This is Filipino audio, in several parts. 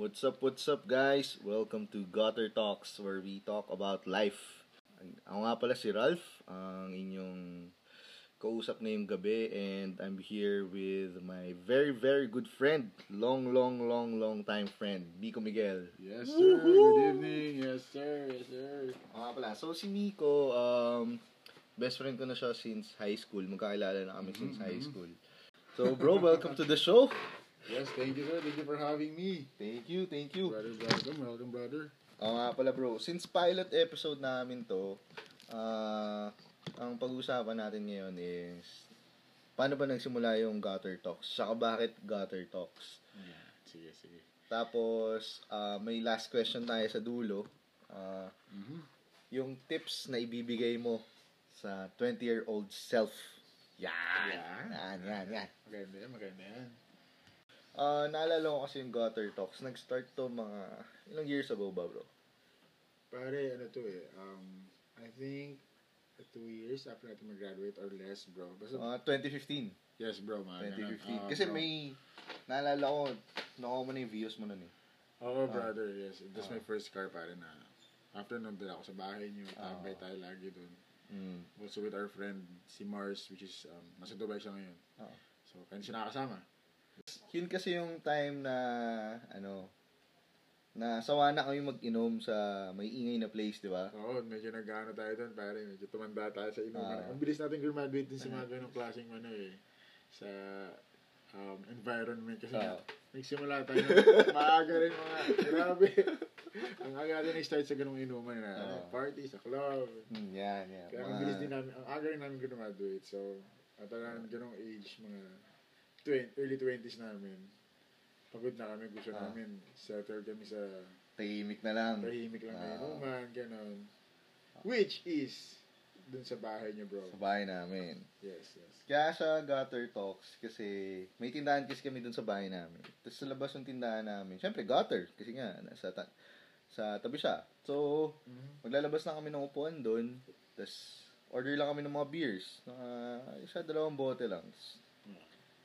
What's up, what's up guys? Welcome to Gutter Talks where we talk about life. Ang- Ako nga pala si Ralph, ang inyong kausap ngayong gabi and I'm here with my very very good friend, long long long long time friend, Miko Miguel. Yes, sir. Good evening. Yes, sir. Yes, sir. Ako nga pala, so si Miko, um, best friend ko na siya since high school. Magkakilala na kami since high school. So bro, welcome to the show. Yes, thank you, sir. Thank you for having me. Thank you, thank you. Brother, welcome. Welcome, brother. Oo nga pala bro, since pilot episode namin to, ah, ang pag-uusapan natin ngayon is paano ba nagsimula yung gutter talks? Saka bakit gutter talks? Yeah. Sige, sige. Tapos, ah, may last question tayo sa dulo. Ah, Mhm. Yung tips na ibibigay mo sa 20-year-old self. Yan! Yan. Yan, yan, yan. Maganda yan, maganda yan. Ah, naalala ko kasi yung gutter talks. Nag-start to mga ilang years ago ba bro? Pare, ano to eh. Um, I think two years after natin mag-graduate or less, bro. Basta, Mga 2015. yes, bro, mga ganun. 2015. Ah, Kasi bro. may, naalala ko, nakuha mo na yung views mo nun eh. Ah. Oo, brother, yes. That's Ah. my first car, pare, na after nung dala ako sa bahay niyo, Ah. tambay tayo lagi dun. Mm. Also with our friend, si Mars, which is, um, nasa Dubai siya ngayon. Ah. So, kanya siya nakakasama. Yun kasi yung time na, ano, na sawa na kami mag-inom sa may ingay na place, di ba? Oo, medyo nag-ano tayo doon, pare. Medyo tumanda tayo sa Ah. inuman. Ang bilis natin graduate din sa mga ganong klaseng ano eh. Sa um, environment kasi Ah. nga, nagsimula tayo. maaga rin mga, grabe. ang aga rin nag-start sa ganong inuman na ano, Ah. party, sa club. Mm, yan, yan. Kaya ang bilis din namin, ang aga rin namin graduate. So, at around ganong age, mga 20, early 20s namin, pagod na kami, gusto Ah. namin, settle kami sa tahimik na lang. Tahimik lang na Ah. inuman, ganun. Which is, dun sa bahay niyo, bro. Sa bahay namin. Yes, yes. Kaya sa gutter talks, kasi may tindahan kasi kami dun sa bahay namin. Tapos sa labas ng tindahan namin, syempre gutter, kasi nga, nasa ta- sa tabi siya. So, Mm-hmm. Maglalabas lang kami ng upuan doon. Tapos, order lang kami ng mga beers. Mga isa, dalawang bote lang. Tas,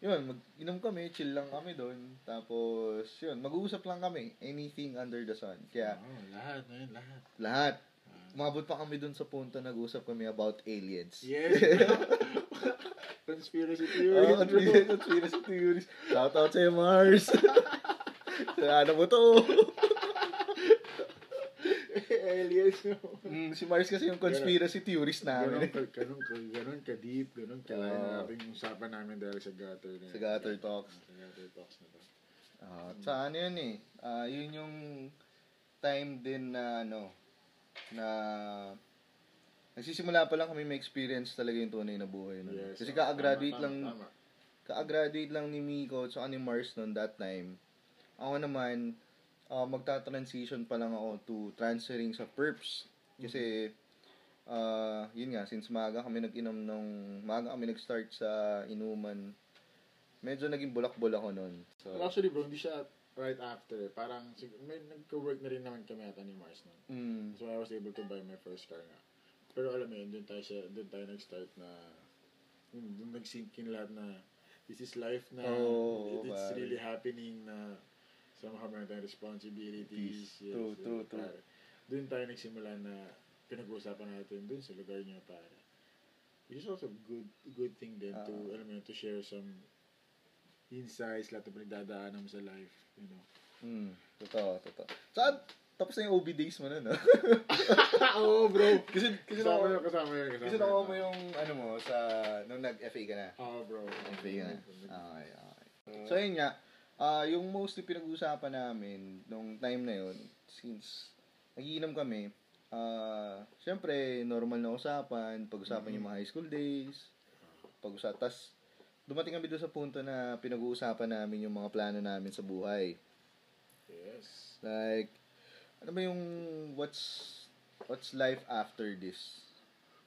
yun, mag-inom kami, chill lang kami doon. Tapos, yun, mag-uusap lang kami. Anything under the sun. Kaya, Oo, Oh, lahat, man, lahat. lahat. Ah. Umabot pa kami doon sa punto nag-usap kami about aliens. Yes, bro. Conspiracy theory, Oh, bro. conspiracy conspiracy theories. Shoutout sa'yo, Mars. Sana mo to. Aliens, no? Mm, si Mars kasi yung conspiracy theorist Ganun namin. ka, ganun ka, ganun ka deep, ganun ka. Oo. Yung ating usapan namin dahil sa gutter na. Oh. Sa gutter talks. Sa gutter talks na to. Ah, sa ano yun eh. Ah, yun yung time din na ano, na nagsisimula pa lang kami may experience talaga yung tunay na buhay. nun. Yes, Kasi tama, kaka-graduate tama, lang, tama. kaka-graduate lang ni Miko at saka ni Mars noon that time. Ako naman, ah, magta-transition pa lang ako to transferring sa perps. Kasi, ah, yun nga, since maaga kami nag-inom nung, maaga kami nag-start sa inuman, medyo naging bulak-bulak ko noon. So, Well, Actually, bro, hindi siya right after. Parang, sig- may nagka-work na rin naman kami ata ni Mars nun. mm, So I was able to buy my first car nga. Pero alam mo yun, doon tayo, siya, doon tayo nag-start na, yun, doon nag-sink in lahat na, this is life na, Oo, Oh, it- it's pare. really happening na, somehow meron tayong responsibilities. Yes, true, true, true. pare. Doon tayo nagsimula na, pinag-uusapan natin doon sa lugar niyo para. Which is also good good thing din to, Ah. alam mo yun, to share some insights, lahat na pinagdadaanan mo sa life, you know. Mm, totoo, totoo. Saan? Tapos na yung OB days mo na, no? Oo, bro! kasi, kasi Kasama nakuha, yun, kasama yun, kasama kasi yun. nakuha mo yung, ano mo, sa, nung nag-FA ka na. Oo, Oh, bro. Ah, FA ka na. Okay, okay. So, yun nga, ah, yung mostly pinag-uusapan namin nung time na yun, since nagiinom kami, ah, syempre, normal na usapan, pag-usapan Mm-hmm. yung mga high school days, pag-usapan, tas, dumating kami doon sa punto na pinag-uusapan namin yung mga plano namin sa buhay. yes. Like, ano ba yung what's what's life after this?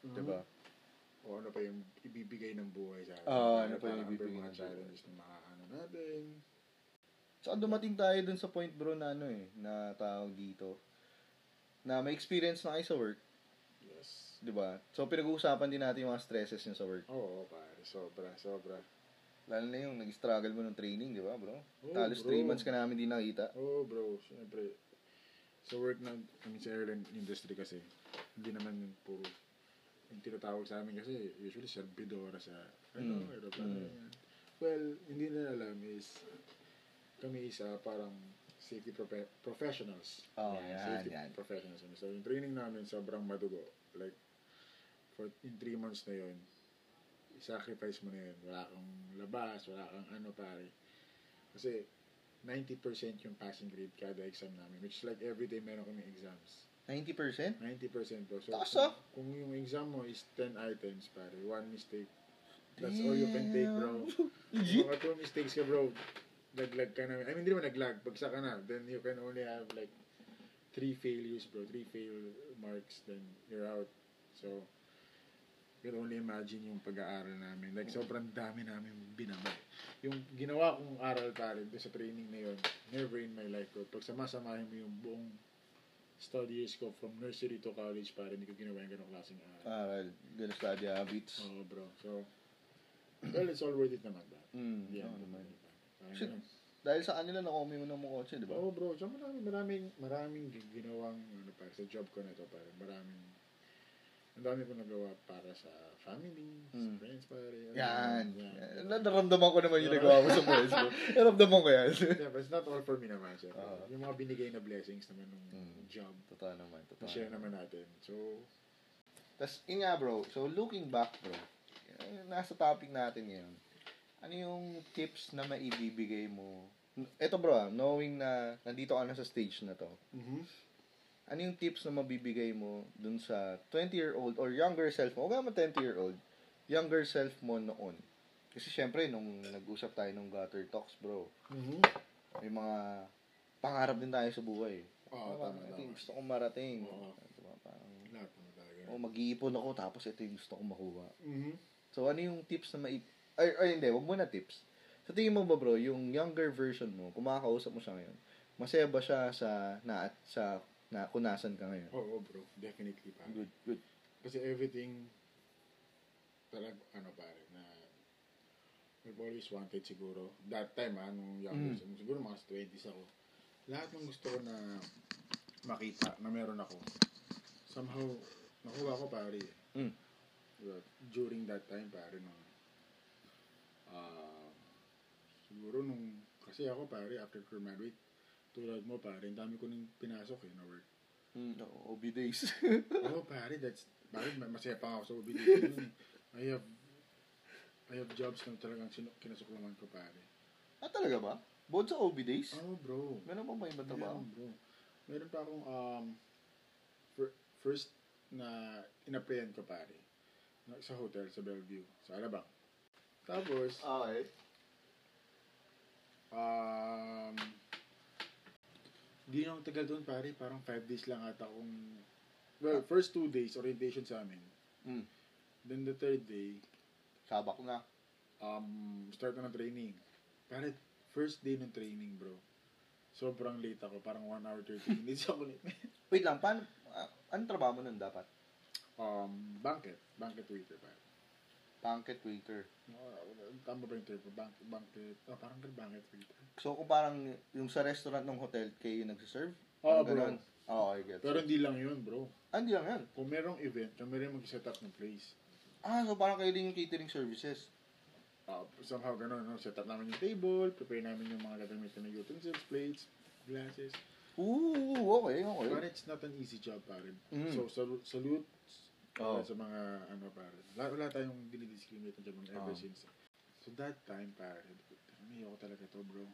Diba? Mm-hmm. O ano pa yung ibibigay ng buhay sa atin. Oo, Para ano pa yung parang ibibigay may mga ng buhay. challenges na makakaano natin. Tsaka dumating tayo dun sa point bro na ano eh, na tawag dito. Na may experience na kayo sa work, Yes. di ba? So pinag-uusapan din natin yung mga stresses nyo sa work. Oo, pare. Sobra, sobra. Lalo na yung nag-struggle mo ng training, di ba, bro? Oo, Talos Oh, bro. 3 months ka namin di nakita. Oo, oh, bro. Siyempre, sa work ng kami sa airline industry kasi, hindi naman yung puro yung tinatawag sa amin kasi usually servidora sa ano, Mm. Mm. aeroplano. ganyan. Well, hindi na alam is kami isa parang safety profe- professionals. Oo, Oh, yan, safety yan. professionals. So, yung training namin sobrang madugo. Like, for in three months na yun, sacrifice mo na yun. Wala kang labas, wala kang ano pare. Kasi 90% yung passing grade kada exam namin. Which is like every day meron kami exams. 90%? 90% bro. So, Taas, kung, ah. kung yung exam mo is 10 items pare, one mistake. That's all you can take bro. Legit? Kung mga Oh, two mistakes ka bro, naglag ka na. I mean, hindi naman naglag. Bagsak ka na. Then you can only have like three failures bro. Three fail marks. Then you're out. So, you can only imagine yung pag-aaral namin. Like, sobrang dami namin binabay. Yung ginawa kong aral pare doon sa training na yun, never in my life bro. Pag samasamahin mo yung buong study years ko from nursery to college pare, hindi ko ginawa yung ganong klaseng aral. Aral, ganun study habits. Oo bro. So, well, it's all worth it naman ba? Mm, Yeah, oo Oh, naman. naman. Shit. Dahil sa kanila, nakomi mo ng mukotse, di ba? Oo Oh, bro, so maraming, maraming, maraming gi- ginawang, ano pa, sa job ko na to, pare, maraming, ang dami ko nagawa para sa family, sa Mm. friends, pare. ano, Yan. yan. Yan. Naramdaman ko naman yung nagawa mo sa boys mo. Naramdaman ko yan. Yeah, but it's not all for me naman, sir. Oo. Yung mga binigay na blessings naman ng Mm. job, totoo naman, totoo. na-share naman natin. So, Tapos, yun nga bro, so looking back bro, eh, nasa topic natin ngayon, ano yung tips na maibibigay mo? Eto bro, ah, knowing na nandito ka na sa stage na to, ano yung tips na mabibigay mo dun sa 20-year-old or younger self mo, huwag naman 20-year-old, younger self mo noon? Kasi syempre, nung nag-usap tayo ng gutter talks bro, Mhm. may mga pangarap din tayo sa buhay. Oo, Parang, oh, tama, Ano ito yung tama. gusto kong marating. Oo. Diba, parang, Lahat naman talaga. oh, mag-iipon ako tapos ito yung gusto kong makuha. Mhm. So, ano yung tips na maip... Ay, ay hindi, wag mo na tips. Sa tingin mo ba, bro, yung younger version mo, kumakausap mo siya ngayon, masaya ba siya sa na sa na kunasan ka ngayon? Oo Oh, bro, definitely, pare. Good, good. Kasi everything talag ano pare na we've always wanted siguro that time ah nung younger Mm. mm. siguro mga 20s ako lahat ng gusto ko na makita na meron ako somehow nakuha ko pare Mm. Diba? during that time pare nung ah siguro nung kasi ako pare after graduate tulad mo pare ang dami ko nang pinasok eh na work Mm, no, OB days. Oo, pare, that's, pare, ma- masaya pa ako sa OBD. I have, I have jobs na talagang sinu- kinasuklaman ko, pare. ah, talaga ba? Both sa OB days? Oo, bro. Ah. Meron ba may iba trabaho? Meron, bro. Meron pa akong, um, fir- first na inapplyan ko, pare. Na- Sa hotel, sa Bellevue, sa Alabang. Tapos, Ah, Okay. um, di nang tagal doon, pare, parang five days lang ata akong, well, first two days, orientation sa amin. Mm. Then the third day, Sabak na. um, start na ng training. Pare, first day ng training, bro. Sobrang late ako. Parang 1 hour 30 minutes ako late. Wait lang, paano, ah, anong trabaho mo nun dapat? um, banket. Banket waiter, pare. Banquet waiter. Uh, tama ba yung term? Bank, banket. Oh, parang ganun, banket waiter. So, kung parang yung sa restaurant ng hotel, kayo yung nagsiserve? Parang Oo, bro. ganun? Oo, I get Pero it. hindi lang yun, bro. Ah, hindi lang yan. Kung merong event, kami rin mag-set up ng place. Ah, so parang kayo din yung catering services. Uh, somehow ganun, no? set up namin yung table, prepare namin yung mga gagamit na utensils, plates, glasses. Ooh, okay, okay. But it's not an easy job, pare. Oh, Mm. So, salu- salute Oo. sa mga, ano, pare. Wala, wala tayong dinidiscriminate ng Japan ever Oo. since. So, that time, pare, may ako talaga to, bro.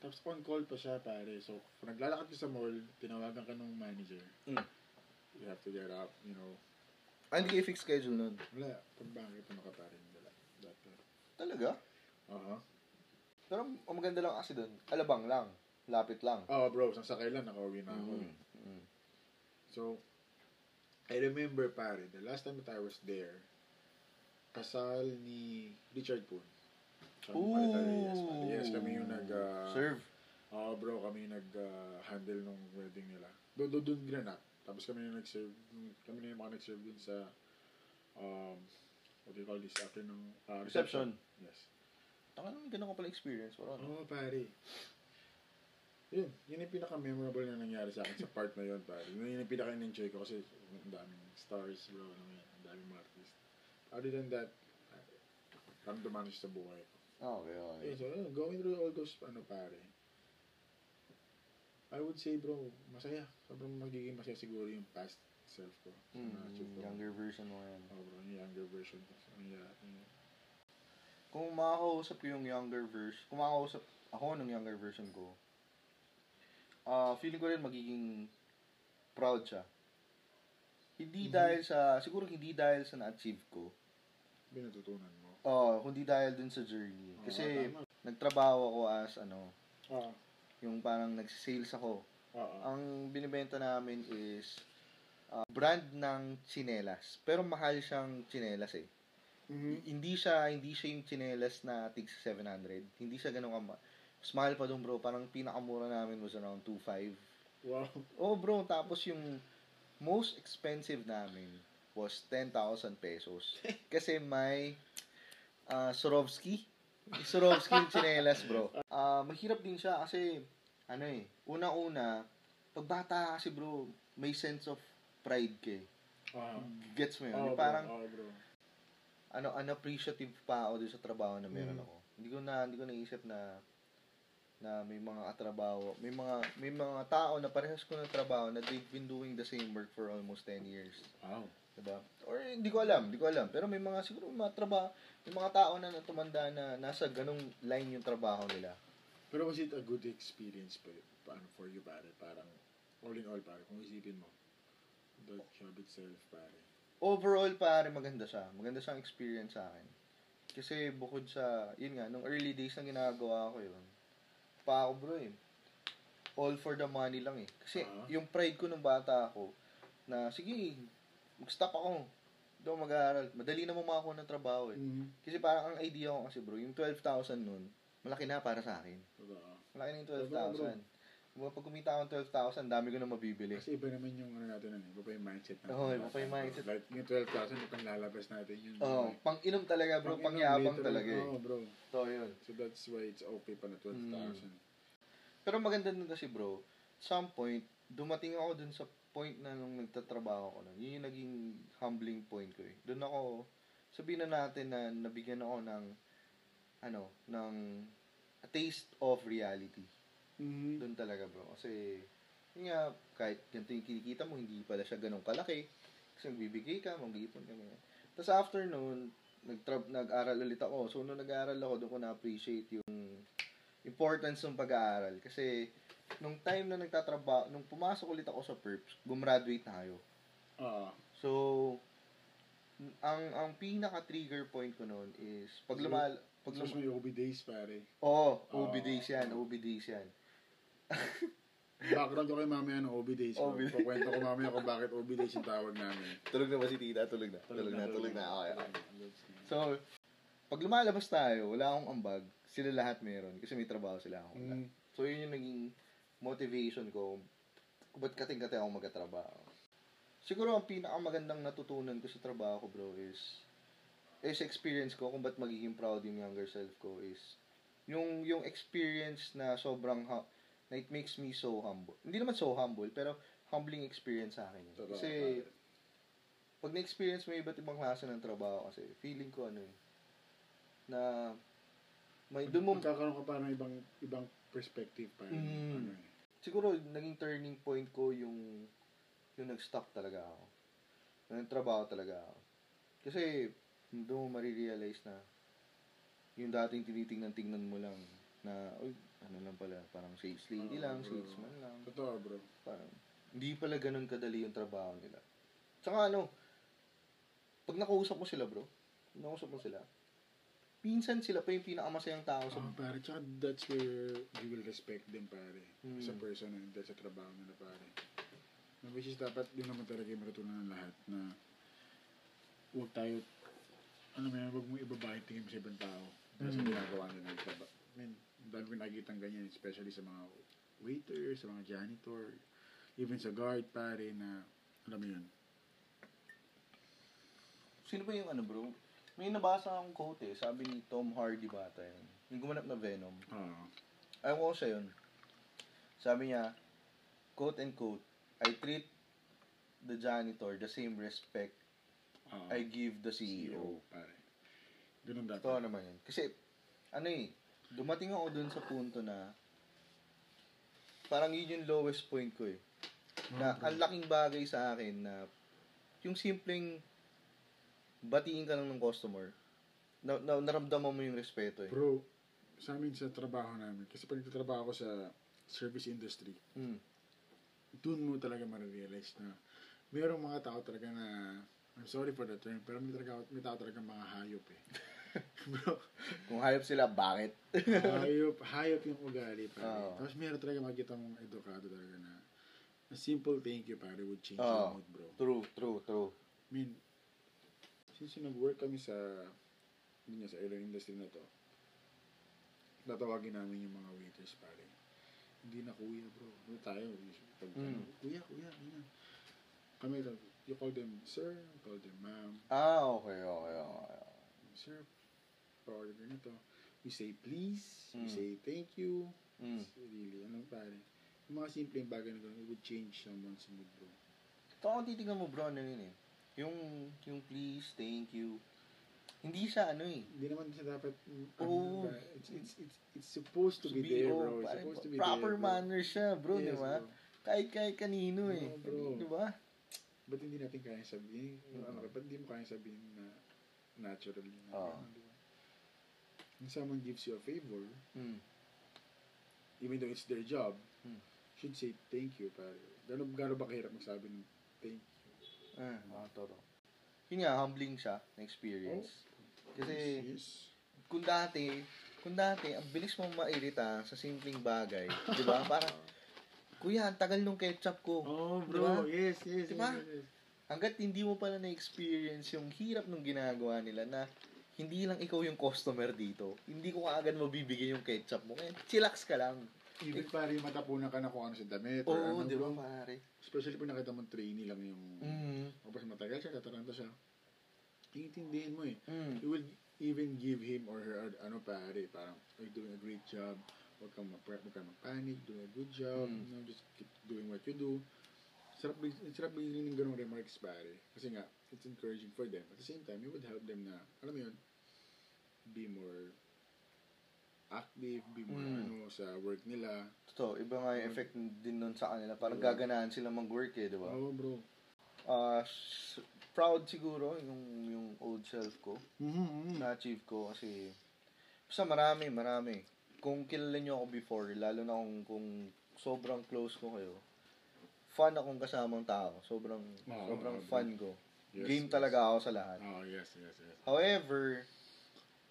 Tapos, on call pa siya, pare. So, kung naglalakad ka sa mall, tinawagan ka ng manager. Mm. You have to get up, you know. Ah, hindi kayo fixed schedule nun. Wala, pag bakit ano ka, pare. Wala. Uh-huh. That time. Talaga? Aha. Pero ang maganda lang kasi dun, alabang lang. Lapit lang. Oh, bro, sasakay lang, nakauwi na ako. eh. Mm. So, I remember, pare, the last time that I was there, kasal ni Richard Poon. Sa Mariterias, pare. Yes, kami yung nag... ah, Serve. Oo, bro, kami yung nag-handle nung wedding nila. Doon, doon, doon ginanap. Tapos kami yung nag-serve, kami na yung mga nag-serve dun sa, um, what do you call this, after nung, ah, Reception. Yes. Taka naman, ganun ko pala experience. Pero ano? Oo, pare. Yun, yun yung pinaka-memorable na nangyari sa akin sa part na yun, pare. Yun yun yung pinaka-enjoy ko kasi ang daming stars, bro. Ano yun, ang daming mga artist. Other than that, ramdaman ko siya sa buhay ko. Ah, Okay, okay. Yun, so, yun, going through all those, ano, pare. I would say, bro, masaya. Sobrang magiging masaya siguro yung past self ko. So, na-achieve Mm, ko. younger version mo yan. Oo, bro, yung younger version ko. So, yeah, yun. Kung makakausap ko yung younger version, kung makakausap ako ng younger version ko, ah feeling ko rin magiging proud siya. Hindi Mhm. dahil sa, siguro hindi dahil sa na-achieve ko, Binatutunan mo. Oh, kundi dahil dun sa journey. Oo, Kasi tama. Ah, nagtrabaho ako as ano, Oo, yung parang nagsisales ako. oo. Ang binibenta namin is ah, brand ng chinelas. Pero mahal siyang chinelas eh. Mhm. Hindi siya hindi siya yung chinelas na tig 700. Hindi siya ganun kama. Mas mahal pa dun bro. Parang pinakamura namin was around 2.5. Wow. Oh bro, tapos yung most expensive namin was 10,000 pesos. Kasi may ah, Swarovski. Swarovski yung tsinelas, bro. Ah, mahirap din siya kasi, ano eh, una-una, pagbata kasi bro, may sense of pride kay. Oo. Gets mo yun? Oo, Yung Ah. Oh, bro, Mm. parang, oo, bro. ano, unappreciative pa ako doon sa trabaho na meron Mm. ako. Hindi ko na, hindi ko naisip na, na may mga katrabaho, may mga, may mga tao na parehas ko ng trabaho na they've been doing the same work for almost 10 years. Wow. Diba? Or hindi ko alam, hindi ko alam. Pero may mga, siguro may mga trabaho, may mga tao na natumanda na nasa ganung line yung trabaho nila. Pero was it a good experience pa, paano for you pare? Parang all in all pare, kung isipin mo. The job itself pare. Overall, pare, maganda siya. Maganda siyang experience sa akin. Kasi bukod sa, yun nga, nung early days na ginagawa ko yun, pa ako bro eh. All for the money lang eh. Kasi Ah. yung pride ko nung bata ako, na sige, mag-stop ako. Hindi ako mag-aaral. Madali na makakuha ng trabaho eh. Mm-hmm. Kasi parang ang idea ko kasi bro, yung 12,000 nun, malaki na para sa akin. Totoo. Malaki na yung Totoo, bro. 12,000. Mga pag kumita ako ng 12,000, dami ko na mabibili. Kasi iba naman yung ano natin, ano, iba pa yung mindset natin. Oo, iba pa yung mindset. Like yung 12,000 yung panlalabas natin yun. Oo, Oh, pang-inom talaga bro, Pang- pangyabang literal, oh. talaga eh. Mm-hmm. Oo bro. So, yun. So that's why it's okay pa na 12,000. Pero maganda nun kasi bro, some point, dumating ako dun sa point na nung nagtatrabaho ko nun. Yun yung naging humbling point ko eh. Dun ako, sabihin na natin na nabigyan ako ng, ano, ng a taste of reality. Mm-hmm. Dun talaga bro. Kasi, yun nga, kahit ganito yung kinikita mo, hindi pala siya ganun kalaki. Kasi magbibigay ka, mag-iipon ka. ganyan. Tapos after noon, nag-trab, nag-aral ulit ako. So, nung nag-aral ako, doon ko na-appreciate yung importance ng pag-aaral. Kasi, nung time na nagtatrabaho, nung pumasok ulit ako sa perps, gumraduate na kayo. Oo. So, n- ang ang pinaka-trigger point ko noon is, pag So, lumal... Pag Tapos lum- may OB days pare. Oo, Oo. OB days yan, OB days yan. Background ko kay mamaya ng OB days. ko. OB days. Kukwento ko mamaya kung bakit OB days yung tawag namin. Tulog na ba si tita? Tulog na. So, pag lumalabas tayo, wala akong ambag, sila lahat meron kasi may trabaho sila ako. wala. Mm. So, yun yung naging motivation ko kung ba't kating-kati ako magkatrabaho. Siguro ang pinakamagandang natutunan ko sa trabaho ko, bro, is is experience ko kung ba't magiging proud yung younger self ko is yung yung experience na sobrang hu- na it makes me so humble. Hindi naman so humble, pero humbling experience sa akin. yun. Totoo, Kasi, pag na-experience mo yung iba't ibang klase ng trabaho kasi, feeling ko ano eh, na may doon mo, magkakaroon ka pa ng ibang ibang perspective pa rin. Mm. Ano eh. siguro naging turning point ko yung yung nag-stop talaga ako. Yung trabaho talaga ako. Kasi doon mo marirealize na yung dating tinitingnan-tingnan mo lang na uy, ano lang pala, parang sales lady Oo, lang, bro. salesman lang. Totoo, bro. parang hindi pala ganun kadali yung trabaho nila. Tsaka ano, pag nakausap mo sila bro, nakausap mo sila, minsan sila pa yung pinakamasayang tao sa... So, Ah, pare, tsaka that's where you will respect them, pare. Mm. Sa person and dahil sa trabaho nila, pare. Na Which is dapat yun naman talaga yung matutunan ng lahat na huwag tayo, ano mo yan, huwag mo ibaba yung tingin mo sa ibang tao. Dahil sa Mm. ginagawa nila ng trabaho. I mean, ang dami ko nakikita ganyan, especially sa mga waiter, sa mga janitor, even sa guard, pare, na, alam mo yun, Sino ba yung ano bro? May nabasa akong quote eh, sabi ni Tom Hardy bata yun. Yung gumanap na Venom. Oo. Ayaw ko siya yun. Sabi niya, quote and quote, I treat the janitor the same respect Oo. I give the E CEO. pare. Ganun dapat. Totoo naman yun. Kasi, ano eh, dumating ako dun sa punto na parang yun yung lowest point ko eh. Mm-hmm. Na ang laking bagay sa akin na yung simpleng batiin ka lang ng customer, na, na, naramdaman mo yung respeto eh. Bro, sa amin sa trabaho namin, kasi pag nagtatrabaho ako sa service industry, Mm. doon mo talaga marirealize na merong mga tao talaga na I'm sorry for the term, pero may, talaga, may tao talaga mga hayop eh. Bro, Kung hayop sila, bakit? hayop, hayop yung ugali pare. Oo. Tapos meron talaga makikita mong edukado talaga na a simple thank you pare would change Oo. your mood bro. True, true, true. I mean, since yung nag-work kami sa, yun nga, sa airline industry na to, tatawagin namin yung mga waiters pare. Hindi na kuya bro. Ano tayo? Pag, ano, Mm. Kuya, kuya, ganyan. Kami, you call them sir, you call them ma'am, Ah, okay, okay, okay. sir, order ganito. We say please, we Mm. say thank you. Mm. It's really, ano pare. Yung mga simpleng bagay na gano'n, it would change someone's mood bro. Ito kung titignan mo bro, ano yun eh. Yung, yung please, thank you. Hindi siya ano eh. Hindi naman siya dapat, mm, ano Oo. oh, ba, it's, it's, it's, it's supposed to, be, there, bro. It's supposed to be proper there, bro. manners siya, bro, Yes, di ba? bro. Kahit kahit kanino eh. Oo, bro. Di ba? Ba't hindi natin kaya sabihin? Mm. Ano, ba't hindi mo kaya sabihin na natural yun? Oo. Ano, di ba? When someone gives you a favor, Mm. even though it's their job, Mm. should say thank you, pare. Gano'n gano ba kahirap magsabi ng thank you? Ah, mga toro. Yun nga, humbling siya na experience. Oh. Kasi, yes. kung dati, kung dati, ang bilis mo mairita sa simpleng bagay. Di ba? Parang, kuya, ang tagal nung ketchup ko. Oh, bro. bro. Yes, yes, Diba? yes, yes, yes. Hanggat hindi mo pala na-experience yung hirap nung ginagawa nila na hindi lang ikaw yung customer dito. Hindi ko kaagad mabibigay yung ketchup mo. Kaya, chillax ka lang. Even pare, matapunan ka na kung ano sa damit. or Oo, ano, di ba, bro. pare? Especially pag nakita mong trainee lang yung... Mm. O basta matagal siya, tataranta siya. Iintindihin mo eh. Mm. You will even give him or her, ad- ano pare, parang, you're doing a great job. Huwag kang, mag- huwag kang mag-panic, doing a good job. Mm. You know, just keep doing what you do. Sarap, big- ang sarap bigyan ng ganong remarks pare. Kasi nga, it's encouraging for them. At the same time, it would help them na, alam mo yun, be more active, be more Mm. ano sa work nila. Totoo, iba nga yung effect din nun sa kanila. Parang gaganaan sila mag-work eh, di ba? Oo, bro. Ah, s- proud siguro yung yung old self ko. Mm-hmm. Na-achieve ko kasi basta marami, marami. Kung kilala niyo ako before, lalo na kung, kung sobrang close ko kayo, fun akong kasamang tao. Sobrang Oo, sobrang oo, fun ko. Game talaga ako sa lahat. Oh, yes, yes, yes. However,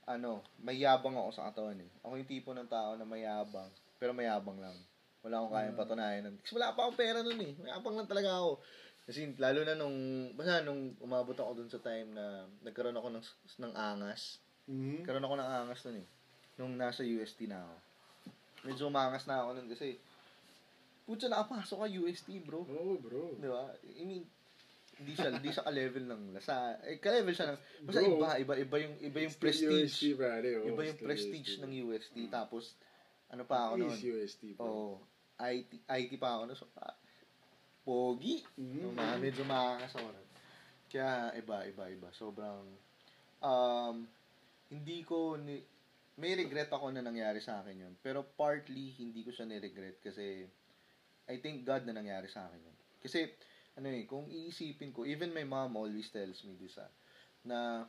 ano, mayabang ako sa katawan eh. Ako yung tipo ng tao na mayabang, pero mayabang lang. Wala akong kayang patunayan. nun. Kasi wala pa akong pera nun eh. Mayabang lang talaga ako. Kasi lalo na nung, basta nung umabot ako dun sa time na nagkaroon ako ng, ng angas. Mm-hmm. Nagkaroon ako ng angas nun eh. Nung nasa UST na ako. Medyo umangas na ako nun kasi, putya nakapasok ka UST bro. Oo, Oh, bro. Di ba? I mean, hindi siya, hindi siya ka-level ng lasa. Eh, ka-level siya ng, basta Bro, iba, iba, iba yung, iba yung Still prestige. UST, pare. Oh, oo, Iba yung still prestige UST. ng UST. Tapos, ano pa ako Is noon? Oh, UST, Hmm. bro. Oo. IT, IT pa ako noon. So, ah, pogi. Mhm. No, mga medyo makakas ako nun. Kaya, iba, iba, iba. Sobrang, um, hindi ko, ni, may regret ako na nangyari sa akin yun. Pero partly, hindi ko siya niregret kasi I thank God na nangyari sa akin yun. Kasi, ano eh, kung iisipin ko, even my mom always tells me this, ah, na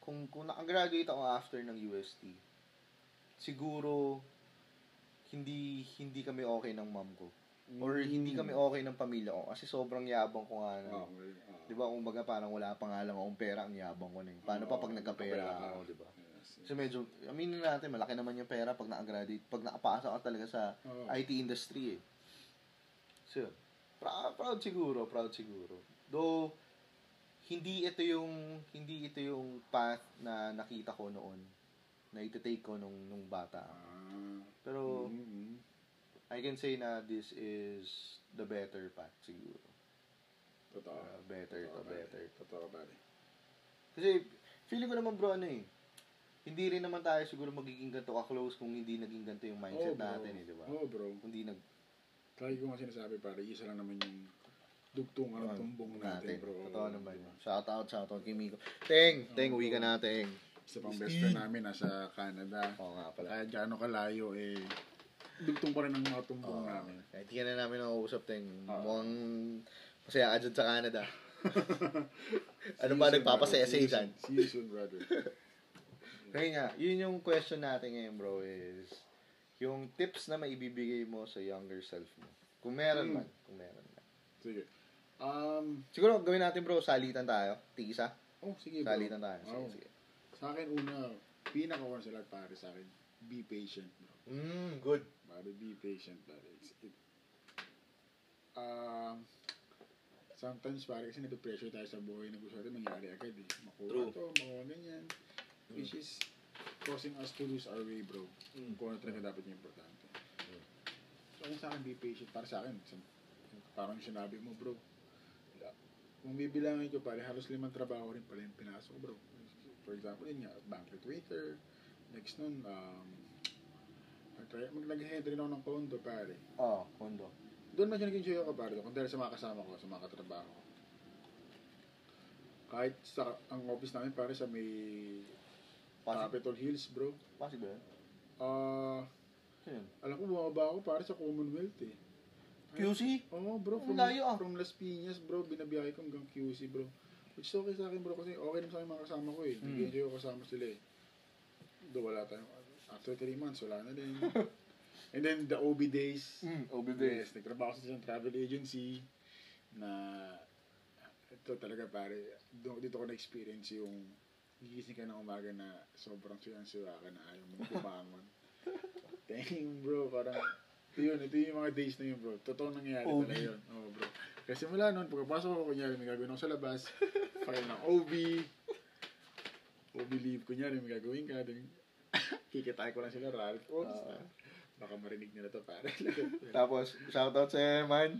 kung, kung nakagraduate ako after ng UST, siguro, hindi hindi kami okay ng mom ko. Mm-hmm. Or hindi kami okay ng pamilya ko. Kasi sobrang yabang ko nga. nun. Oo, ah. Di ba, kumbaga parang wala pa nga lang akong pera, ang yabang ko na eh. Paano pa pag nagkapera Kapera ako, ka. di ba? Yes, yes. So medyo, aminin natin, malaki naman yung pera pag nakagraduate, pag nakapasa ka talaga sa Oo. IT industry eh. So, yun. Pra- proud siguro, proud siguro. Though, hindi ito yung, hindi ito yung path na nakita ko noon, na iti-take ko nung, nung bata. ako. Ah. Pero, Mhm. I can say na this is the better path siguro. Totoo. Uh, better to Totoo, pare. better. Totoo, pare. Kasi feeling ko naman bro ano eh. hindi rin naman tayo siguro magiging ganito ka-close kung hindi naging ganito yung mindset Oo, Oh, bro. natin eh, di ba? Oo, bro. Hindi nag... Lagi ko nga sinasabi, pare, isa lang naman yung dugtungan at tumbong natin, bro. Oh, Totoo naman yun. Shout out, shout out kay Miko. Teng! Teng, uwi ka na, Teng. Isa pang best friend namin, nasa Canada. Oo nga pala. Kahit gaano kalayo, eh, dugtong pa rin ang mga tumbong Oo. namin. Kahit di ka na namin nakausap, Teng. Oo. Mukhang masaya ka dyan sa Canada. Ano ba nagpapasaya sa isan? See you soon, brother. Kaya nga, yun yung question natin ngayon, bro, is yung tips na maibibigay mo sa younger self mo. Kung meron Hmm. man. Kung meron man. Sige. Um, Siguro, gawin natin, bro, salitan tayo. Tigisa. oh, sige, bro. Oh. Salitan tayo. Sige, Oo. sige. Sa akin, una, pinaka-one sa lahat, pare, sa akin, be patient, bro. Hmm, Mm, good. Pare, be patient, pare. It's, it, um, sometimes, pare, kasi napipressure tayo sa buhay na gusto natin mangyari agad, eh. Makuha True. to, makuha ganyan. Which is causing us to lose our way, bro. Kung ano talaga dapat yung importante. Mm. So, kung sa akin, be patient. Para sa akin, sa- parang sinabi mo, bro. Kung bibilangin ko, pare, halos limang trabaho rin pala yung pinasok, ko, bro. For example, yun nga, banquet waiter. Next nun, um, nag-try- mag- nag-head rin ako ng condo, pare. Oo, kondo. Doon medyo nag-enjoy ako, pare, kung dahil sa mga kasama ko, sa mga katrabaho ko. Kahit sa, ang office namin, pare, sa may Pasig, Capitol Hills, bro. pasig ba yun? Ah, Sino yun? alam ko, bumaba ako, pare, sa Commonwealth, eh. QC? Oo, oh, bro. Ang From, layo, ah. from Las Piñas, bro. Binabiyahe ko hanggang QC, bro. Which is okay sa akin, bro. Kasi okay naman sa akin mga kasama ko, eh. Mm. Nag-enjoy ako kasama sila, eh. Do, wala tayong... After 3 months, wala na din. And then, the OB days. Mm, over Yes, nagtrabaho sa isang travel agency na ito talaga pare, do- dito ko na-experience yung gigising ka ng umaga na sobrang suyan-suya ka na ayaw mong bumangon. Dang bro, parang ito yun, ito yung mga days na yun bro. Totoo nangyayari OB. talaga yun. Oo bro. Kasi mula nun, pagkapasok ko, kunyari may gagawin ako sa labas, file ng OB, OB leave, kunyari may gagawin ka, dun, kikitay ko lang sila, Ralph. Oops, Oo. baka marinig nila to pare. Tapos, shoutout sa Eman.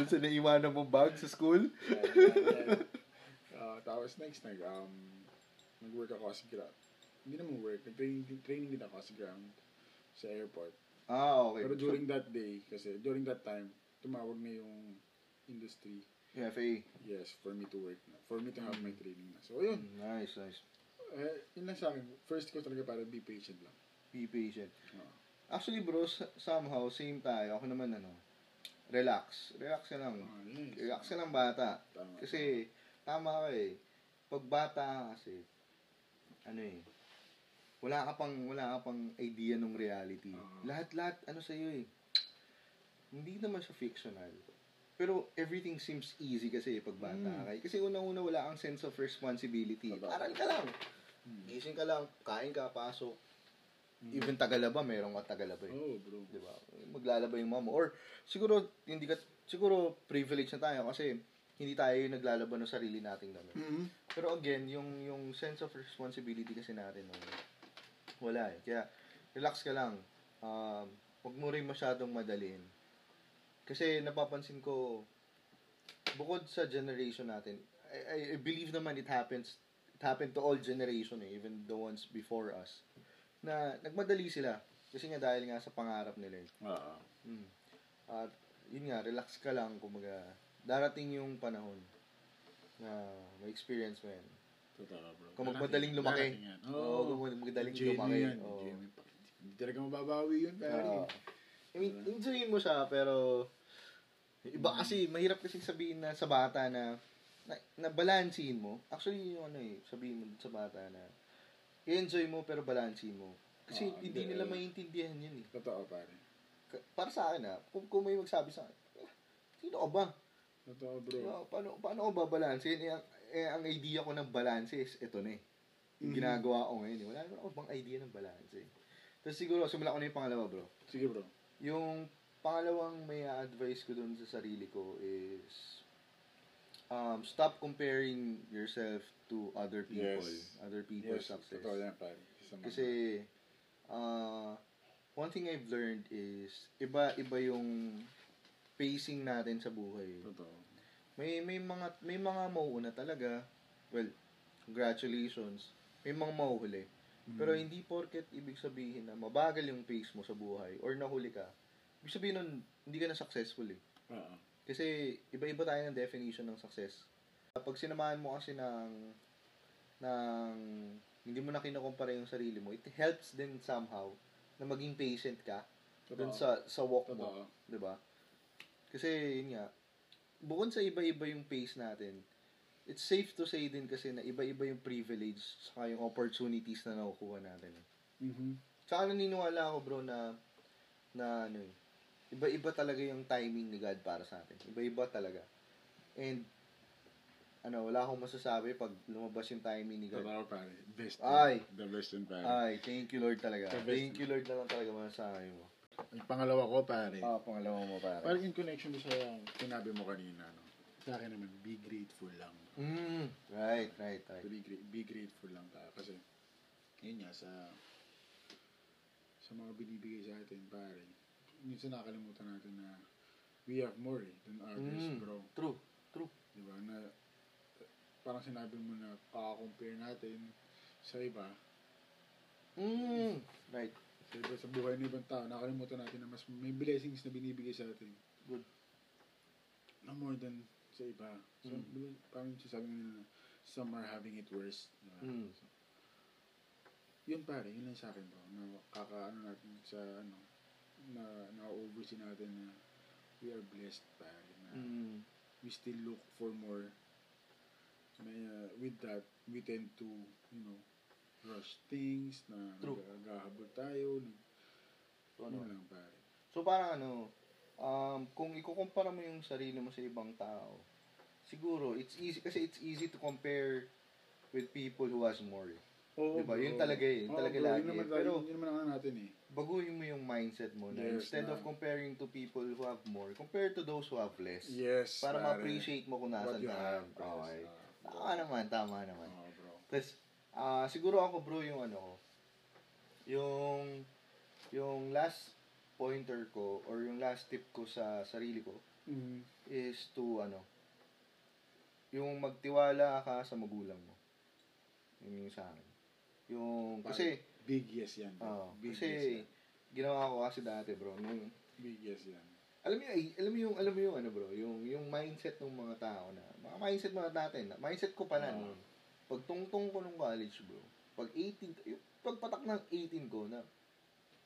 Dun sa naiwanan mong bag sa school. uh, tapos next nag um nag-work ako sa ground. Hindi naman work, nag-training din- training din ako sa ground sa airport. Ah, okay. Pero during that day kasi during that time tumawag na yung industry. Yeah, FA. Yes, for me to work na. For me to have my Hmm. training na. So, yun. Mm, Nice, nice. Eh, yun lang sa akin. First ko talaga para be patient lang. Be patient. Oo. Actually, bro, s- somehow, same tayo. Ako naman, ano, relax. Relax ka lang. Ah, yes. Hmm. Relax ka lang, bata. Tama. Kasi, tama ka eh. Pag bata ka kasi, ano eh, wala ka pang, wala ka pang idea ng reality. Oo. Lahat-lahat, ano sa'yo eh. Hindi naman siya fictional. Pero everything seems easy kasi eh, pag bata Mm. ka. eh. Kasi unang-una wala kang sense of responsibility. Totoo. Aral ka lang. Mm. Gising ka lang, kain ka, pasok. Mm. Mm-hmm. Even tagalaba, meron ka tagalaba eh. Oh, bro. Di ba? Maglalaba yung mama. Or, siguro, hindi ka, siguro, privilege na tayo kasi hindi tayo yung naglalaban ng sarili nating damit. Mhm. Pero again, yung, yung sense of responsibility kasi natin, no, wala eh. Kaya, relax ka lang. Um, huwag mo rin masyadong madaliin. Kasi, napapansin ko, bukod sa generation natin, I, I- I believe naman it happens, it happened to all generation eh, even the ones before us, na nagmadali sila. Kasi nga dahil nga sa pangarap nila eh. Oo. Mm. At yun nga, relax ka lang kumaga. Darating yung panahon na may experience mo yan. Totoo, bro. Kung magmadaling lumaki. Darating yan. Oo, Oo. kung magmadaling Genuine lumaki. yan, Oo. genuine. Hindi talaga mababawi yun, pare. Oo. I mean, enjoyin mo siya, pero iba kasi, mahirap kasi sabihin na sa bata na na, na balansehin mo. Actually, yung ano eh, sabihin mo sa bata na i-enjoy mo pero balansehin mo. Kasi Ah, Oo, hindi hindi. nila maintindihan yun eh. Totoo, pare. Ka- Para sa akin ah, kung, kung may magsabi sa akin, "Ah, sino ka ba? Totoo, bro. Diba, paano, paano ko babalansin? Eh, ang, eh, ang idea ko ng balance is ito na eh. Yung Mhm. ginagawa ko ngayon eh. Wala naman ako bang idea ng balance eh. Tapos siguro, sumula ko na yung pangalawa bro. Sige, bro. Yung pangalawang may advice ko dun sa sarili ko is um, stop comparing yourself to other people. Yes. Other people's success. Totoo yan, pare. Isa mga- Kasi, uh, one thing I've learned is, iba-iba yung pacing natin sa buhay. Totoo. May may mga may mga mauuna talaga. Well, congratulations. May mga mauhuli. Pero Mm-hmm. hindi porket ibig sabihin na mabagal yung pace mo sa buhay or nahuli ka. Ibig sabihin nun, hindi ka na successful eh. Oo. Kasi iba-iba tayo ng definition ng success. Pag sinamahan mo kasi ng ng hindi mo na kinukumpara yung sarili mo, it helps din somehow na maging patient ka dun sa sa walk mo, Totoo. 'di ba? Kasi yun nga, bukod sa iba-iba yung pace natin, it's safe to say din kasi na iba-iba yung privilege sa yung opportunities na nakukuha natin. Mhm. Tsaka naniniwala ako bro na na ano eh, iba-iba talaga yung timing ni God para sa atin. Iba-iba talaga. And ano, wala akong masasabi pag lumabas yung timing ni God. Totoo, pare. Best. Ay. Ah. The best yun, pare. Ay, thank you Lord talaga. The best. Thank you Lord na lang talaga masasabi mo. Yung pangalawa ko, pare. Ah, pangalawa mo para. Parang in connection ko sa sinabi mo kanina, no? Sa akin naman, be grateful lang. Mm, right, right, right. Be, gra- be grateful lang tayo. Kasi, yun nga, sa sa mga binibigay sa atin, pare, minsan nakakalimutan natin na we have more eh, than others, Mm. bro. True. Di ba? Na, parang sinabi mo na kaka-compare natin sa iba, Mm, right. sa iba sa buhay ng ibang tao, nakalimutan natin na mas may blessings na binibigay sa atin. Good. No more than sa iba. So, Mm. di ba, parang sinasabi nila na some are having it worse. di ba? Mm. So, yun pare, yun lang sa akin bro. Na kakaano natin sa ano, na na-oversee natin na we are blessed pare. Na Mm. we still look for more. May, uh, with that, we tend to, you know, rush things, na True. nag-ahabol tayo, nag So, ano ano? lang pare. So parang ano, um, kung ikukumpara mo yung sarili mo sa ibang tao, siguro it's easy kasi it's easy to compare with people who has more. eh. Oo, Diba? Yun talaga eh. Yun Oo, talaga bro. lagi Yun naman, eh. Pero- yun naman ang ano natin eh. Baguhin mo yung mindset mo na Yes, instead of man. comparing to people who have more, compare to those who have less. Yes. para ma-appreciate mo kung nasan what you ka. have. bro. Okay. Tama Ah, bro. naman, tama naman. Oo, bro. Tapos, ah, siguro ako bro yung ano ko, yung, yung last pointer ko or yung last tip ko sa sarili ko Mm. is to ano, yung magtiwala ka sa magulang mo. Yun yung sa akin. Yung, kasi, Big yes yan. bro. oo, Big Oh, yes kasi, yan. ginawa ko kasi dati bro, nung, Big yes yan. alam mo yung, alam mo yung, alam mo yung ano bro, yung, yung mindset ng mga tao na, mga mindset mga natin, na- mindset ko pala Oo. noon, pag tungtong ko nung college bro, pag 18, yung pagpatak ng 18 ko na,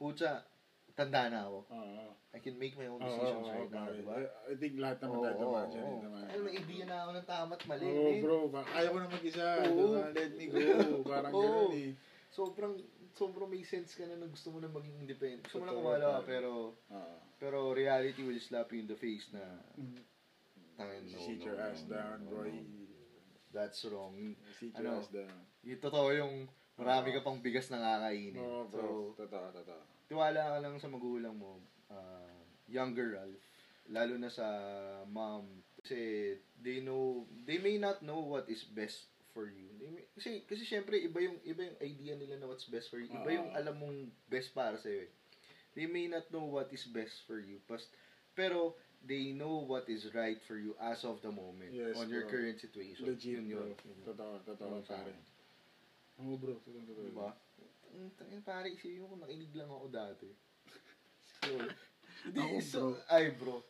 putya, tanda na ako. Oo. I can make my own Oo, decisions oo, right now, pare. di ba? I- I think lahat naman Oo, tayo tama oo, dyan. oo. tama. Ay, naibigan na ako ng tama at mali. Oo, eh. bro. ba- Ayaw ko na mag-isa. Oo. diba? Let me go. Parang Oo. ganun eh. Sobrang, sobrang may sense ka na na gusto mo na maging independent. Gusto mo na Totoo, kumalawa, pare. pero, Oo. pero reality will slap you in the face na, Tangin, no, Sit no, Mm-hmm. your no, ass no, down, no, bro. no. that's wrong. Sit your Ano? ass down. Yung totoo yung, marami ka pang bigas na kakainin. Oo, so, bro. Totoo, totoo. tiwala ka lang sa magulang mo, ah, younger Ralph, lalo na sa mom, kasi they know, they may not know what is best for you. They may- kasi, kasi syempre, iba yung, iba yung idea nila na what's best for you. Iba Oo. yung alam mong best para sa'yo eh. They may not know what is best for you, but, pero, they know what is right for you as of the moment Yes, on your bro. current situation. Legit, Yun yun. bro. Yun yun. Totoo, totoo, Yun sa pare. akin. Oo, bro. Totoo, totoo. Diba? Ang tangin, pare, isipin mo kung nakinig lang ako dati. So, di, Ako, so, ay bro. Oo,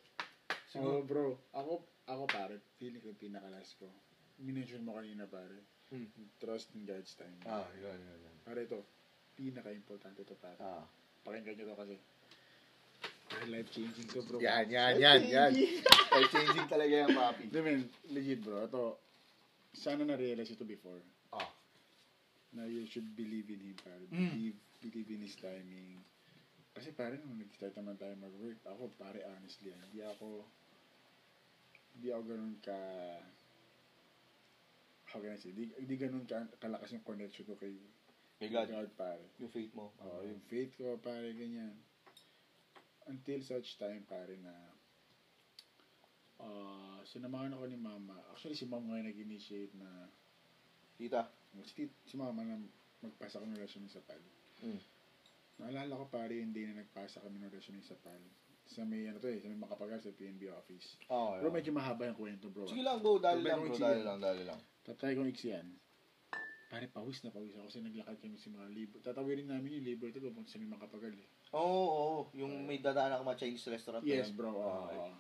Siguro, bro. Ako, ako pare, feeling ko yung pinakalas ko. Minention mo kanina, pare. Mm. Yung Trust in God's time. ah, yun, yun, yun. Pare, ito. Pinaka-importante ito, pare. Ah. Pakinggan nyo to kasi. Pare, life-changing to, bro. Yan, yan, yan, yan. Life-changing talaga yung papi. I mean, legit, bro. Ito, sana na-realize ito before. Ah. Na you should believe in Him, pare. Mm. Believe, believe in His timing. Kasi pare, nung nag-start naman tayo mag-work, ako, pare, honestly, ah, hindi ako, hindi ako ganun ka, how can I say, hindi, hindi ganun ka, kalakas yung connection ko kay May God, God pare. yung faith mo. Oo, yung faith ko, pare, ganyan. Until such time, pare, na ah sinamahan ako ni mama. Actually, si mama nga yung nag-initiate na Tita. si, si mama na magpasa kami ng resume sa PAL. Mm. Naalala ko, pare, yung day na nagpasa kami ng resume sa PAL. Sa may, ano to eh, sa may makapagal sa PNB office. Oo, Bro, medyo mahaba yung kwento, bro. Ah, ah. Sige lang, go. Dali Pero lang, may bro. sige. Dali lang, dali lang. Tatry kong iksi yan. Pare, pawis na pawis ako kasi naglakad kami sa mga libre. Tatawirin namin yung libre ito pupunta sa may makapagal eh. Oo, oo. yung may dadaan ako mga Chinese restaurant. na Yes, yan. bro. Ah, Oo.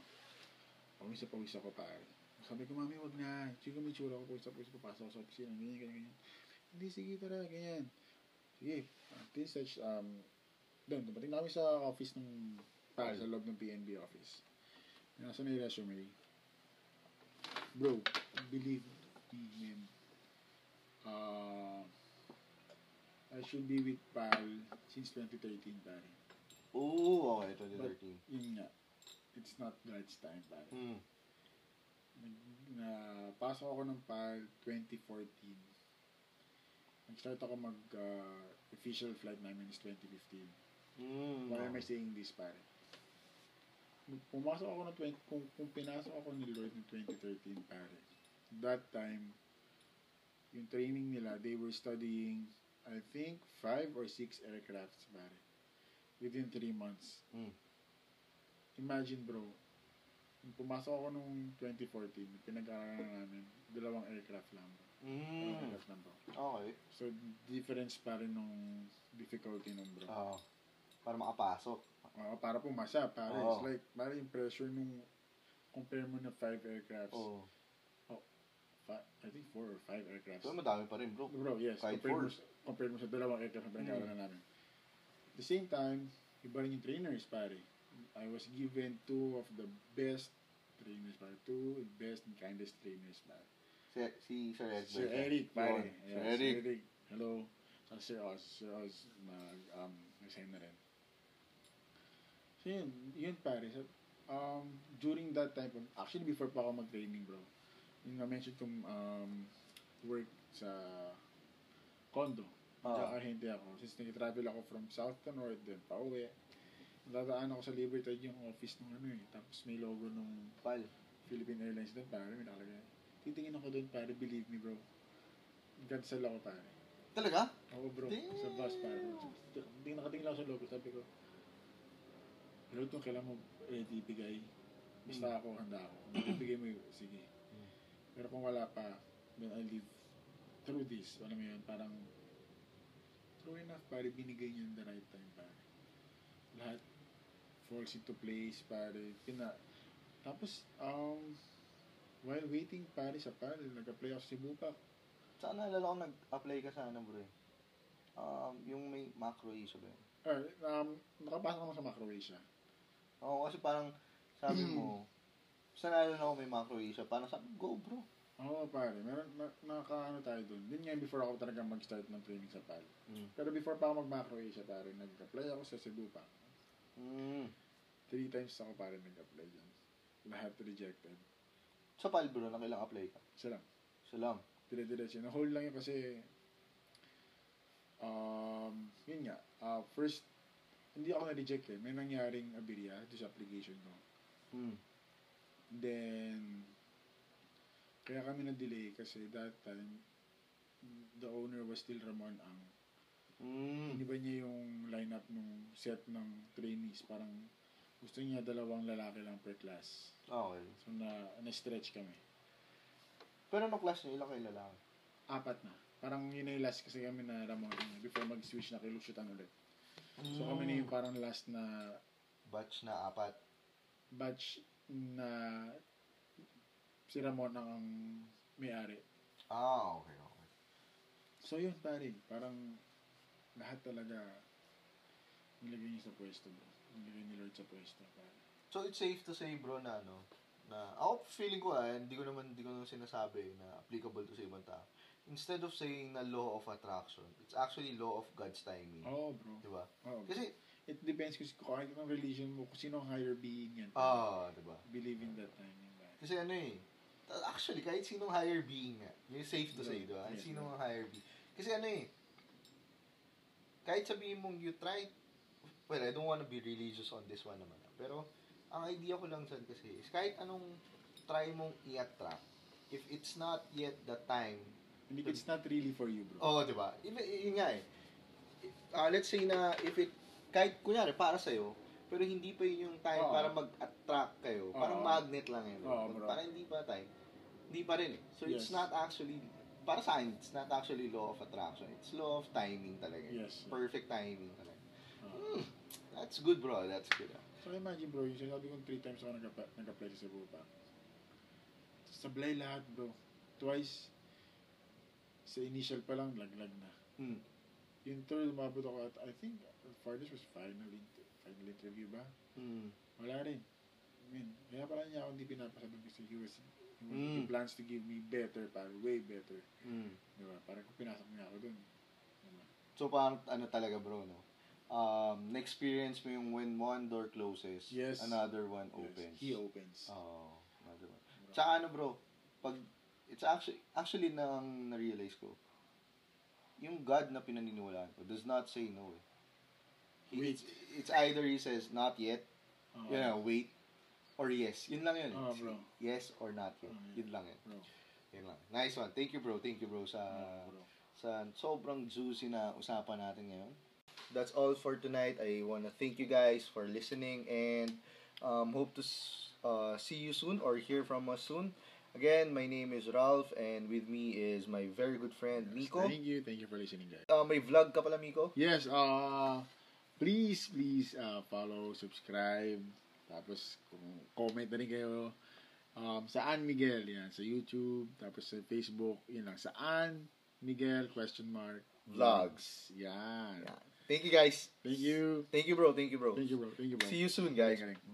pawis na pawis ako, pare. Sabi ko, mami, wag na. Sige, may tsura ko. Pawis na pawis. Papasok ako sa opisina. Ganyan, ganyan, ganyan. Hindi, sige, tara. Ganyan. Sige. Until such, um, doon, dumating na kami sa office ng, pare, sa loob ng PNB office. Nasa na yung resume. Bro, believe me, man. Uh, I should be with Pal since 2013, pare. Oo, okay. 2013. Yun nga. It's not God's time, pare. Hmm. Nag- na pasok ako ng PAL 2014. Nag-start ako mag uh, official flight namin is 2015. Hmm. Why am I saying this, pare? Nung Pumasok ako ng 20, kung, kung pinasok ako ni Lloyd ng 2013, pare. That time, yung training nila, they were studying, I think, five or six aircrafts, pare. Within three months. Mm. Imagine, bro, nung pumasok ako nung 2014, pinag-aaralan namin, dalawang aircraft lang. bro. Dalawang Hmm. aircraft lang, bro. Okay. So, difference pa rin nung difficulty nung bro. Oo. Ah. para makapasok. Oo, Ah, para pumasa, pare. Oo. It's like, pare yung pressure nung compare mo na five aircrafts. Oo. Fi- I think four or five aircrafts. So, madami pa rin, bro. Bro, yes. Kahit Compare mo, four. sa, compare mo sa dalawang aircraft na pinag na namin. At the same time, iba rin yung trainers, pare. I was given two of the best trainers, pare. Two best and kindest trainers, pare. Si, si Sir Edward. Sir Eric, pare. Yun, Yeah, Sir Eric. Hello. Sa Sir Oz. Sir Oz, nag, um, nag-sign na rin. So yun, yun pare. So, um, during that time, actually before pa ako mag-training bro, yung na-mention kong um, work sa condo. Oo. Diyan ahente ako. Since nag-travel ako from south to north, then pa uwi. Dadaan ako sa Libertad yung office ng ano eh. Tapos may logo nung Pal. Philippine Airlines doon, pare, may nakalagay. Titingin ako doon, pare, believe me, bro. Cancel ako, pare. Talaga? Ako, bro, sa bus, pare. Hindi nakatingin lang ako sa logo, sabi ko. Pero itong kailangan mo ready ibigay. Basta ako, handa ako. Kung Ibigay mo yun, sige. Pero kung wala pa, then I live through this. Alam mo yun, parang true enough, pare, binigay niya in the right time, pare. Lahat falls into place, pare. Pina, tapos, um, while waiting, pare, sa pal, nag-apply ako sa Cebu pa. Saan naalala ko nag-apply ka sa ano, bro? eh? Um, yung may macro issue ba yun? Or, um, nakapasok naman sa Macroasia. Oo, kasi parang sabi mo, saan naalala ko may macro issue? Parang sabi, go, bro. Oo, pare. Meron, na, nakakaano tayo dun. Yun nga yung before ako talaga mag-start ng training sa PAL. Mm. Pero before pa ako mag-Macroasia, pare, nag-apply ako sa Cebu pa. Mm. Three times ako, pare, nag-apply dyan. Lahat rejected. Sa pal, bro, nakilang apply ka. Isa lang. Salam. Dire-diretso. Na-hold lang yun kasi, um, yun nga, ah, first, hindi ako na-reject eh. May nangyaring abirya doon sa application ko. Mm. Then, kaya kami na-delay kasi that time, the owner was still Ramon Ang. Mm. Iniba niya yung lineup nung set ng trainees. Parang gusto niya dalawang lalaki lang per class. Okay. So, na, na-stretch kami. Pero no class nyo, ilang kayo lalaki? Apat na. Parang yun na yung last kasi kami na Ramon Ang before mag-switch na kay Luxutan ulit. So, kami na yung parang last na Batch na apat. batch na si Ramon Ang ang may-ari. Ah, okay, okay. So yun pare, parang lahat talaga nilagay niya sa pwesto bro. Nilagay ni Lord sa pwesto pare. So it's safe to say bro na ano, na ako feeling ko ah, hindi ko naman hindi ko naman sinasabi na applicable to sa ibang tao. Instead of saying na law of attraction, it's actually law of God's timing. Oo bro. Di ba? Oo. Kasi, It depends kung kung kahit anong religion mo, kung sino ang higher being yan. ah, di ba? Believe in that time yun pare. Kasi ano eh, ta- actually, kahit sinong higher being nga, yun safe to say, di ba? Kahit Yes. sinong higher being. Kasi ano eh, kahit sabihin mong you try, well, I don't wanna be religious on this one naman. ah. Pero, ang idea ko lang dyan kasi is kahit anong try mong i-attract, if it's not yet the time, And if it's not really for you bro. oh, di ba? Yun, yun nga eh. Ah, let's say na if it, kahit kunyari para sa'yo, pero hindi pa yun yung time Oo. para mag-attract kayo. Parang Oo. magnet lang yun. Oo, bro. Parang hindi pa time. Hindi pa rin eh. So it's Yes. not actually para sa akin, it's not actually law of attraction. It's law of timing talaga. Yes. Perfect timing talaga. Ah. That's good, bro. That's good. ah. So imagine bro, yung sinabi kong three times ako nag-apply, nag-apply sa Cebu pa. Sablay lahat bro. Twice. Sa initial pa lang, laglag na. Hmm. Yung third, umabot ako at I think the farthest was final, int- final interview ba? Hmm. Wala rin. I mean, kaya pala niya ako hindi pinapasa doon kasi he was, he, was- Mm. he plans to give me better, parang way better. Hmm. Di ba? Parang kung pinasok niya ako doon. Diba? So, parang ano talaga, bro, no? Um, na-experience mo yung when one door closes, Yes. another one Yes, opens. He opens. Oh, another one. Tsaka ano, bro, pag, it's actually, actually nang na-realize ko, yung God na pinaniniwalaan ko does not say no, eh. He- Wait. It's, it's either he says, not yet, Oo. you know, wait, or yes. Yun lang yun. eh. Oo, Ah, bro. Yes or not yet. Oo, Yun lang yun. Bro. Yun lang. Nice one. Thank you, bro. Thank you, bro, sa Ah, bro. sa sobrang juicy na usapan natin ngayon. That's all for tonight. I want to thank you guys for listening and um, hope to s- uh, see you soon or hear from us soon. Again, my name is Ralph and with me is my very good friend Nico. Thank you. Thank you for listening, guys. Uh, may vlog ka pala, Miko? Yes, uh, please, please uh, follow, subscribe, tapos kung comment na rin kayo. Um, saan Miguel? Yan, sa YouTube, tapos sa Facebook, yun lang. Saan Miguel? Question mark. Vlogs. Yan. Thank you guys. Thank you. Thank you bro. Thank you bro. Thank you, bro. Thank you, bro. See you soon guys. Galing, galing.